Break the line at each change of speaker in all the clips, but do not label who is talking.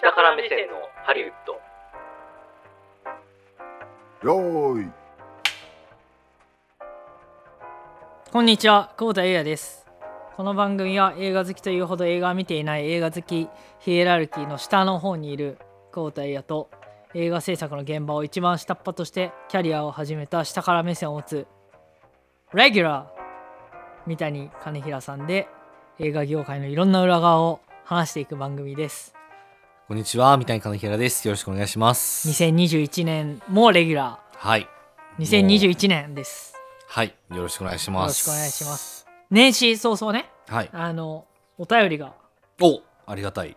下から目線のハリウッド
よーい
こんにちは、久保田裕也です。この番組は映画好きというほど映画を見ていない映画好きヒエラルキーの下の方にいる久保田裕也と映画制作の現場を一番下っ端としてキャリアを始めた下から目線を持つレギュラー三谷兼平さんで映画業界のいろんな裏側を話していく番組です。
こんにちは、三谷かのひらです。よろしくお願いします。
2021年もレギュラ
はい。
ー2021年です。
はい。よろしくお願いします。
よろしくお願いしま。年始早々ね、
はい。
あのお便りが
おありがたい。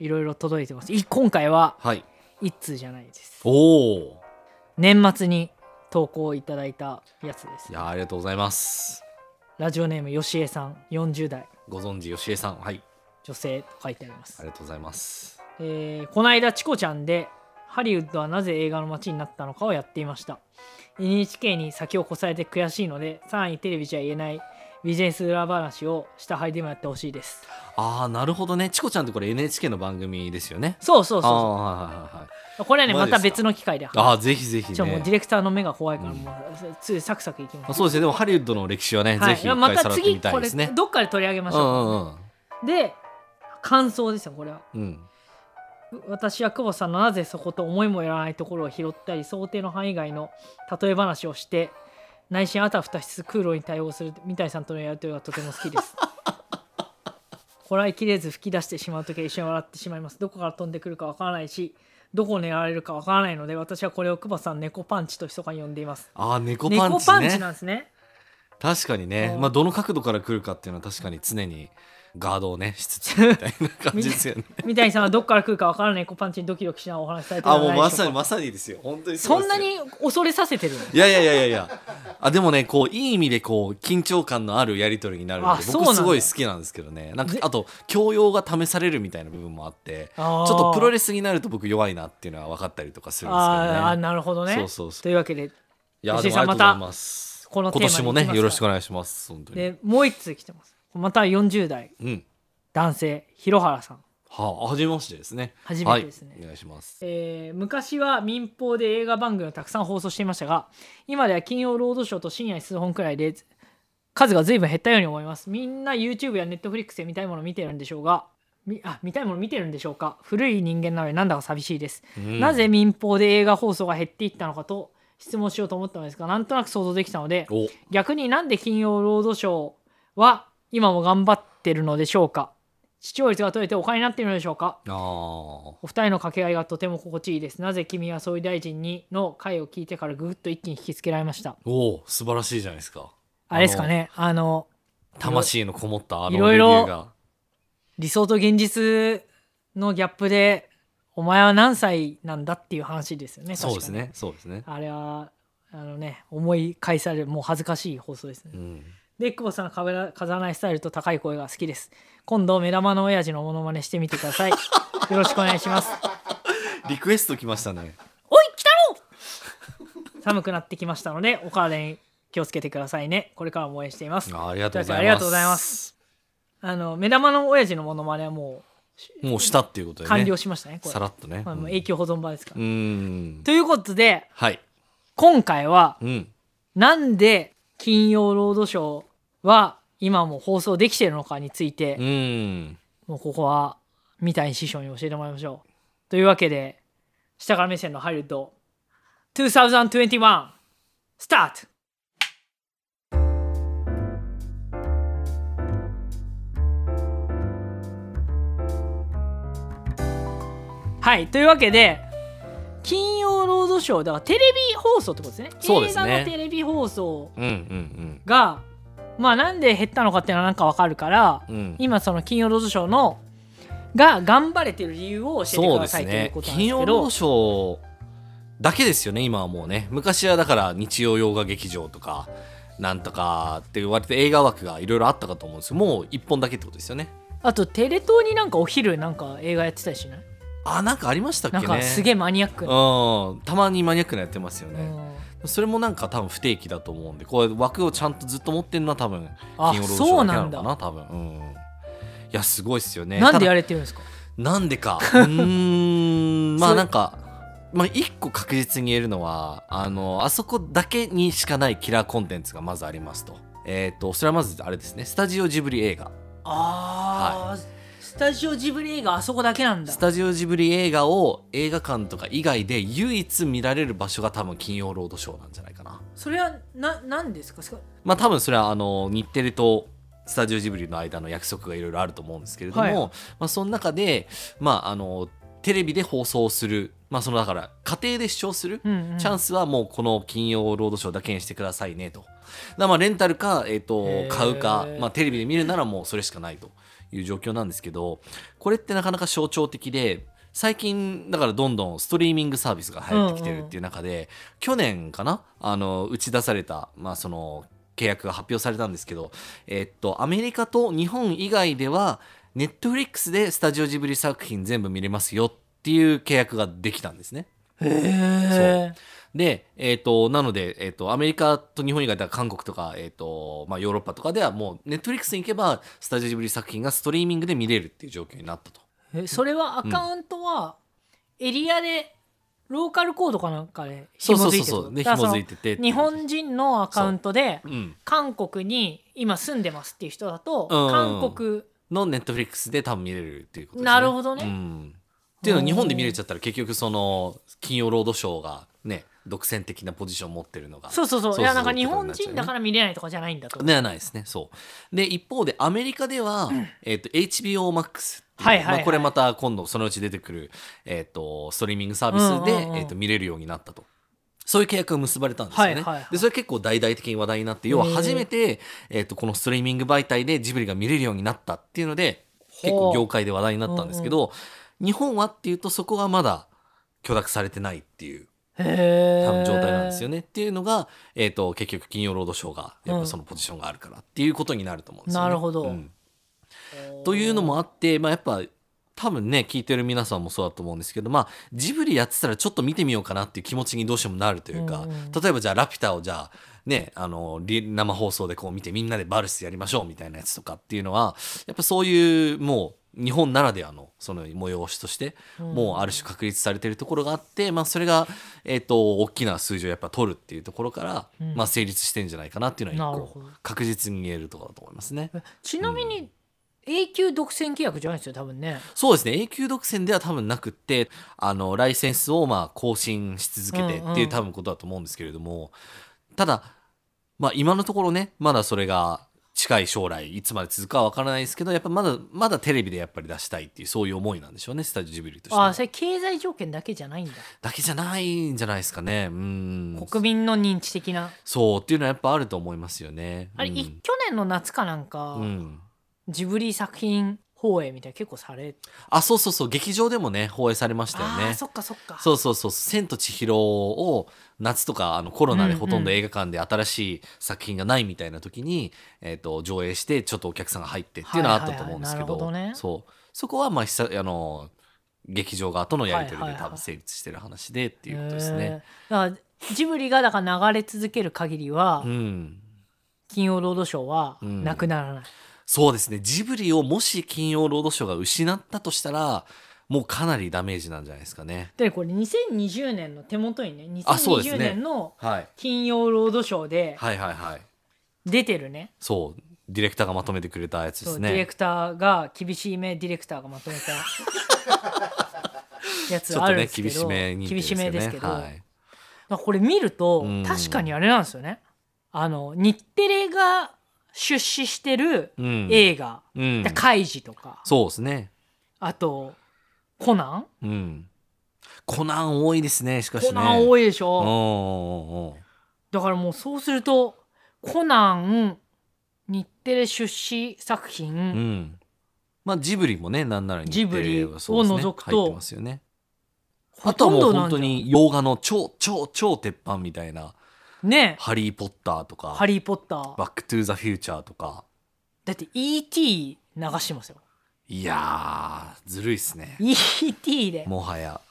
いろいろ届いてます。い今回は
はい。
一通じゃないです
おー
年末に投稿いただいたやつです
いやー、ありがとうございます。
ラジオネームよしえさん40代
ご存知、吉江さん。はい。
女性と書いてあります
ありがとうございます。
えーこの間チコちゃんでハリウッドはなぜ映画の街になったのかをやっていました NHK に先を越されて悔しいので3位テレビじゃ言えないビジネス裏話を下杯でもやってほしいです
あー、なるほどね。チコちゃんってこれ NHK の番組ですよね。
そうそう
あー
そ
はいはいはいはいう
そうこれはね
マ
ま
ジで
た
すか
別の機会で話
あー、ぜひぜひ
ちょもうディ
ね。
レクターの目が怖いから
うん
もうついサクサクいきま
あ
す
そうですね。でもハリウッドの歴史はね、
はい
ぜひ
いや
一
ま
回
た
さらって
次
みた
こ
いで
れ
すね。
どっかで取り上げまし
う
ょう、
んうんうん。
で感想ですよこれは
うん。
私は久保さんのなぜそこと思いもよらないところを拾ったり想定の範囲外の例え話をして内心あたふたしつつ空路に対応する三谷さんとのやりとりがとても好きですこらえきれず吹き出してしまう時は一緒に笑ってしまいますどこから飛んでくるかわからないしどこを狙われるかわからないので私はこれを久保さん猫パンチと密かに呼んでいます
あー、猫パン
猫
チ
パンチ
ね。
なんですね
確かにね
う、ん
まあ、どの角度から来るかっていうのは確かに常にガードをねし つつみたいな感じですよね。
三谷さんはどこから来るかわからない猫パンチにドキドキしながらお話しされてる
あ
ので
もう
はない
ま
でしょ
さ
う
に
か
まさにですよ本当にう
そん
ですよ
なに恐れさせてるの
いやいやいやいやいやあでもねこういい意味でこう緊張感のあるやり取りになるの
あ
で
そうなん
僕
だ
すごい好きなんですけどねなんか
ぜ
あと教養が試されるみたいな部分もあって
ち
ちょっとプロレスになると僕弱いなっていうのは分かったりとかするんですけどね。
あーあーなるほどね
そうそうそう
というわけで
いや
吉井
でも
さ
あ
ん
りがとうございます。
またこの
今
テーマに
年もね
行きますか
よろしくお願いします本当に。
でもう一通来てますまた40代
うん。
男性広原さん、
はあ初めましてですね。
初めてですね
はい、お願いします。
えー昔は民放で映画番組をたくさん放送していましたが今では金曜ロードショーと深夜に数本くらいで数が随分減ったように思いますみんな YouTube や Netflix で見たいものを見てるんでしょうがみあ見たいもの見てるんでしょうか古い人間なのになんだか寂しいです
うん
なぜ民放で映画放送が減っていったのかと質問しようと思ったのですがなんとなく想像できたので
お
逆になんで金曜ロードショーは今も頑張ってるのでしょうか視聴率が取れてお金になっているのでしょうか
あ
お二人の掛け合いがとても心地いいですなぜ君は総理大臣にの回を聞いてからぐっと一気に引きつけられました
ーおー素晴らしいじゃないですか
あれですかねあの
魂のこもったあ
いろ
の
い
レビ
ろ
ューが
理想と現実のギャップでお前は何歳なんだっていう話ですよね
そうです
確
ねそうですね
かにあれはあのね思い返されるもう恥ずかしい放送ですね
うん
で久保さんの壁ら飾らないスタイルと高い声が好きです今度目玉の親父のモノマネしてみてくださ いよろしくお願いします
リクエスト来ましたね
おい来たろ寒くなってきましたのでお体に気をつけてくださいねこれからも応援しています
あありがとうございます
ありがとうございますあの目玉の親父のモノマネはも
もうしたっていうこ
う
とでね
完了しましたねこれ
さらっとね
まあ、もう永久保存版ですから、
うんうん
ということで
はい
今回は
うん
なんで金曜ロードショーは今も放送できてるのかについて、
うん
もうここは三谷師匠に教えてもらいましょう。というわけで、下から目線のハリウッド、2021スタートはい、というわけで、金曜ロードショー、だからテレビ放送ってことですね。
そうですね
映画のテレビ放送
うんうん
が、まあなんで減ったのかっていうのはなんかわかるから、
うんうん
今その金曜ロードショーのが頑張れてる理由を教えて
そ
く
うで
ださ
す
い、
ね
ということなんで
金
す
曜
け
ロー
ど
ドショーだけですよね今はもうね昔はだから日曜洋画劇場とかなんとかって言われて映画枠がいろいろあったかと思うんですけどもう一本だけってことですよね
あとテレ東になんかお昼なんか映画やってたりしない
あなんかありましたっけ
なん
ね
かすげえマニアックな、
うんたまにマニアックなやってますよ
う
ね、
ん
それもなんか多分不定期だと思うんでこう枠をちゃんとずっと持ってるのは多分
あ
金曜ロードショ
そう
ーだけ
な
なんのか
だ
な多分うんいやすごいっすよね
なんで
た
や
だ
れてるんですか
なん でかうーん
そ
まあ
う
なんかまあ一個確実に言えるのはあのあそこだけにしかないキラーコンテンツがまずありますとえっ、とそれはまずあれですねスタジオジブリ映画
あー、スタジオジブリ映画あそこだけなんだ
スタジオジブリ映画を映画館とか以外で唯一見られる場所が多分金曜ロードショーなんじゃないかな
それはな何ですかすか
まあ多分それはあの日テレとスタジオジブリの間の約束がいろいろあると思うんですけれども、
はい
まあ、その中で、まあ、あのテレビで放送する、まあ、そのだから家庭で視聴する
うんうん
チャンスはもうこの金曜ロードショーだけにしてくださいねと。だからまあレンタルか、えっ
へー
と買うか、まあ、テレビで見るならもうそれしかないという状況なんですけどこれってなかなか象徴的で最近だからどんどんストリーミングサービスが流行ってきてるっていう中で、去年かなあの打ち出された、まあ、その契約が発表されたんですけど、えっとアメリカと日本以外ではネットフリックスでスタジオジブリ作品全部見れますよっていう契約ができたんですね。
へえ
で、えっ、と、なので、えっ、と、アメリカと日本以外では韓国とか、えっ、と、まあ、ヨーロッパとかではもう、ネットフリックスに行けば、スタジオジブリ作品がストリーミングで見れるっていう状況になったと。
えそれはアカウントはエリアでローカルコードかなんかで
そう
紐
そう
づい
そ
うてる
そう。で、
だ
紐
からその
づいてて。
日本人のアカウントで
うん。
韓国に今住んでますっていう人だと
うん
韓国
のネットフリックスで多分見れるっていうことですね。
なるほどね
うん。っていうのは日本で見れちゃったら結局その金曜ロードショーがね独占的なポジションを持ってるのが
そうそうそう
そうそう
いやなんか
そう
日
いうことに
本
なっちゃう
人
ね
だから見れないとかじゃないんだと
ではないですね。そう。で、一方でアメリカでは、えっと、HBO Max っていう、
はいはいはい
まあ、これまた今度そのうち出てくる、えっと、ストリーミングサービスで、
うんうんうん
えっと、見れるようになったと。そういう契約が結ばれたんですよね。
はいはいはい
で、それ結構大々的に話題になって、要は初めて、えっと、このストリーミング媒体でジブリが見れるようになったっていうので、結
ほ
構
う
業界で話題になったんですけど、日本はっていうとそこがまだ許諾されてないっていう。
へえ
多分状態なんですよねっていうのが、えー、と結局金曜ロードショーがやっぱそのポジションがあるからっていうことになると思うんですよね。
なるほど
うんというのもあって、まあ、やっぱ多分ね聞いてる皆さんもそうだと思うんですけど、まあ、ジブリやってたらちょっと見てみようかなっていう気持ちにどうしてもなるというか、
うんうん
例えばじゃあ「ラピュタ」をじゃあねあのリ生放送でこう見てみんなでバルスやりましょうみたいなやつとかっていうのはやっぱそういうもう日本ならではのその催しとしてもうある種確立されてるところがあって、まあ、それが、えっと大きな数字をやっぱ取るっていうところから、
うん
まあ、成立してんじゃないかなっていうの
な
は
る
一
ほ
個
ど
確実に言えるところだと思いますね。
ちなみに永久独占契約じゃないですよ多分ね
そうですね永久独占では多分なくってあのライセンスをまあ更新し続けて
うんうん
っていう多分ことだと思うんですけれども、ただ、まあ、今のところねまだそれが近い将来いつまで続くかは分からないですけどやっぱまだまだテレビでやっぱり出したいっていうそういう思いなんでしょうねスタジオジブリとして
あ
は
あそれ経済条件だけじゃないんだ
だけじゃないんじゃないですかねうん
国民の認知的な
そうっていうのはやっぱあると思いますよね。
あれ、
うん
い去年の夏かなんか、
うん
ジブリ作品放映みたいな結構されて
あそうそうそう劇場でもね放映されましたよ
あー
ね。
そっかそっか
そうそうそう「千と千尋」を夏とかあのコロナでほとんど映画館で新しい作品がないみたいな時に、えー、と上映してちょっとお客さんが入ってっていうのはあったと思うんですけ
はいはいはいなるほどね
どそうそこはまあ久あの劇場側とのやり取
は
り
い
で
はいはい
多分成立してる話でっていうことですね。
へーだからジブリがだから流れ続ける限りは、
うん
金曜ロードショーは
うん
なくならない、
そうですねジブリをもし金曜ロードショーが失ったとしたらもうかなりダメージなんじゃないですかね。
でこれ2020年の手元にね
あそうです
2020
ね
年の
はい、
金曜ロードショーで
はいはいはい
出てるね
そうディレクターがまとめてくれたやつで
そう
す
ディレ
ね。
クターが厳しい目ディレクターがまとめ たや
ち
つ
ょっ
あ
と
るんで
ね
すけど
厳しめに
厳しめですけど、
はい、
だからこれ見ると
うん
確かにあれなんですよねあの日テレが出資してる
うん、
映画「
うん
で、カイジ」とか
そうですね。
あと「コナン」
うん。コナン多いですね。しかしね。
コナン多
い。
いでし
お
ょ
お
だからもうそうすると「コナン」日テレ出資作
う
品
ん。まあジブリもね、なんなら
ジブリを
そうですね
除くと
入ってますよね。
ほ
あ
と
とは
ん
も
ど
う
な
本
ん
当
じ
に洋画の超超超鉄板みたいな
ゃんね
ハリー・ポッター
「
と
ハ
か、
リー・ポッター
バック・トゥ・ザ・フューチャーとか。」
だって E.T. 流してますよ
いやー、ずるいっすね。
E.T. で
もはや。だか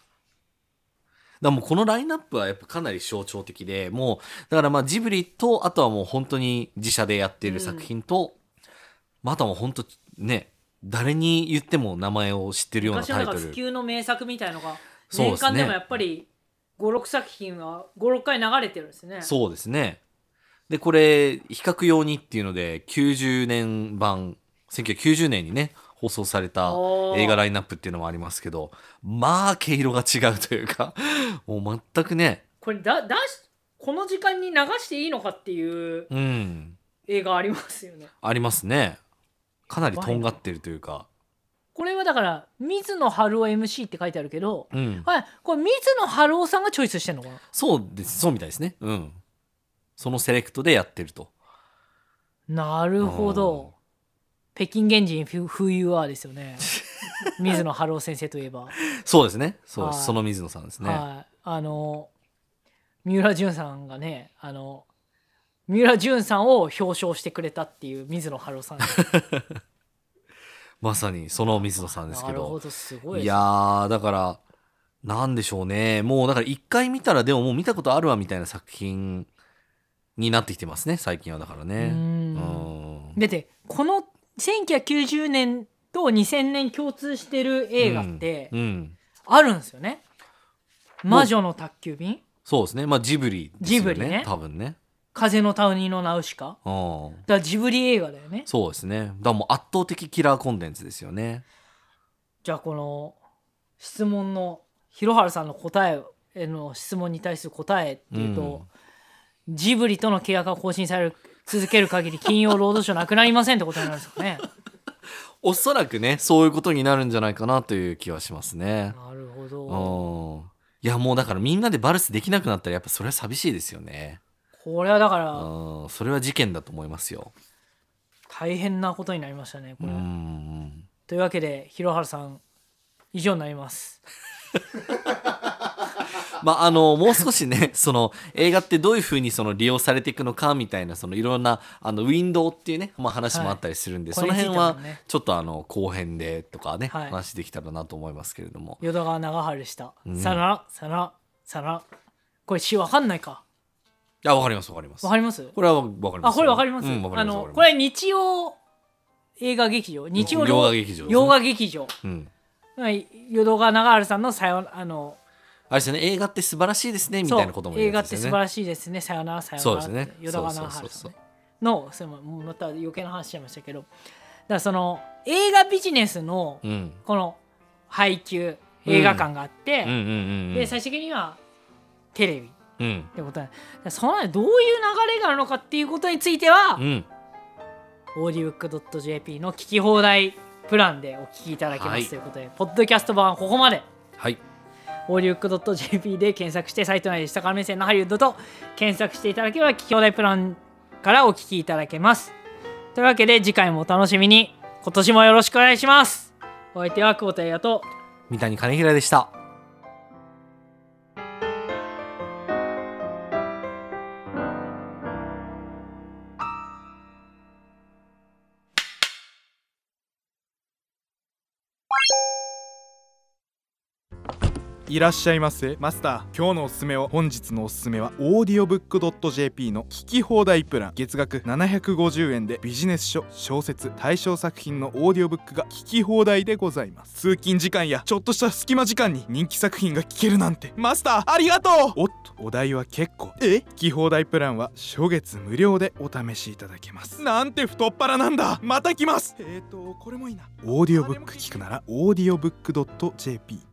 らもうこのラインナップはやっぱかなり象徴的で、もう、だからまあジブリと、あとはもう本当に自社でやっている作品と、またもう本当ね、誰に言っても名前を知ってるような
昔の
タ
な
イ
ん
ト
か
ル
不及の名作みたいのが
そう
年
ですね
間でもやっぱり56作品は56回流れてるんですね
そうですね。で、これ、比較用にっていうので、90年版、1990年にね、放送された
おー
映画ラインナップっていうのもありますけど、まあ、毛色が違うというか、 もう全くね、
これだ出しこの時間に流していいのかっていう
うん、
映画ありますよね
ありますね。かなりとんがってるというか、
これはだから水野晴夫 MC って書いてあるけど
うん、
はいこれ水野晴夫さんがチョイスしてんのか
そうです、そうみたいですね。うん。そのセレクトでやってると。
ななるほど北京原人 Who You Are ですよね 水野晴夫先生といえば、
うん。そうですね。そうです
はい
その水野さんですね。
はいあの三浦淳さんがねあの三浦淳さんを表彰してくれたっていう水野晴夫さん
まさにその水野さんですけ
なるほどすごい
い
です
やーだからなんでしょうねもうだから一回見たらでももう見たことあるわみたいな作品になってきてますね最近はだから
う
ねうんん
だってこの1990年と2000年共通してる映画って
うん
あるんですよね「魔女の宅急便」
そうですねまあジブリですよ
ジブリね
多分ね
「風の谷のナウシカ」
うん
だからジブリ映画だよね
そうですねだからもう圧倒的キラーコンテンツですよね
じゃあこの質問の広原さんの答えへの質問に対する答えっていうと、ジブリとの契約が更新される続ける限り金曜ロードショーなくなりませんってことになるんですか ね
おそらくねそういうことになるんじゃないかなという気はしますね
なるほ
う
ど
んいやもうだからみんなでバルスできなくなったらやっぱそれは寂しいですよね
これはだか
う
ら
んそれは事件だと思いますよ
大変なことになりましたねこ
う
れ、
ん
というわけで広原さん以上になります
まあ、あのもう少しね その映画ってどういうふうにその利用されていくのかみたいなそのいろんなあのウィンドウっていうね、まあ、話もあったりするん
は
で、
い
その辺は
これについてもね
ちょっとあの後編でとかね、
はい
話できたらなと思いますけれども
淀川長春でした、
うん
さよならさよならさよならこれ詩わかんないか
いやわかりますわかります
わかります
これはわかりま
あ
す
これわかります,、
うんわか
あ
ります
の
わ
こ
かり
れ日曜映画劇場
ます
日曜
洋
ロ
画
ー
劇場ですね
洋画劇場
うん
はい淀川長春さんのさよあの
あれですよね映画って素晴らしいですねみ
そう
たいなことも言
映
う
画
や
っ
つ
て
で
素
す
晴
よね
らしいですねさよならさよなら
そうですね
って淀川長春さ
そ
ん
うそうそう
ねのそれももうまた余計な話しちゃいましたけどだからその映画ビジネスの
うん
この配給映画館があって、
うんうんうんうん
で最終的にはテレビっ
うん
てことなんだからそのどういう流れがあるのかっていうことについては、
うん
オーディブックドット JP の聞き放題プランでお聞きいただけます、
はい
ということでポッドキャスト版はここまで
はい
オーディブックドット JP で検索してサイト内で下から目線のハリウッドと検索していただければ聞き放題プランからお聞きいただけますというわけで次回もお楽しみに今年もよろしくお願いしますお相手は久保田彩と
三谷兼平でした
いらっしゃいませマスター今日のおすすめを本日のおすすめはオーディオブックドット JP の聞き放題プラン月額750円でビジネス書小説対象作品のオーディオブックが聞き放題でございます通勤時間やちょっとした隙間時間に人気作品が聞けるなんてマスターありがとうおっとお代は結構え聞き放題プランは初月無料でお試しいただけますなんて太っ腹なんだまた来ますえーとこれもいいなオーディオブック聞くならオーディオブックドット JP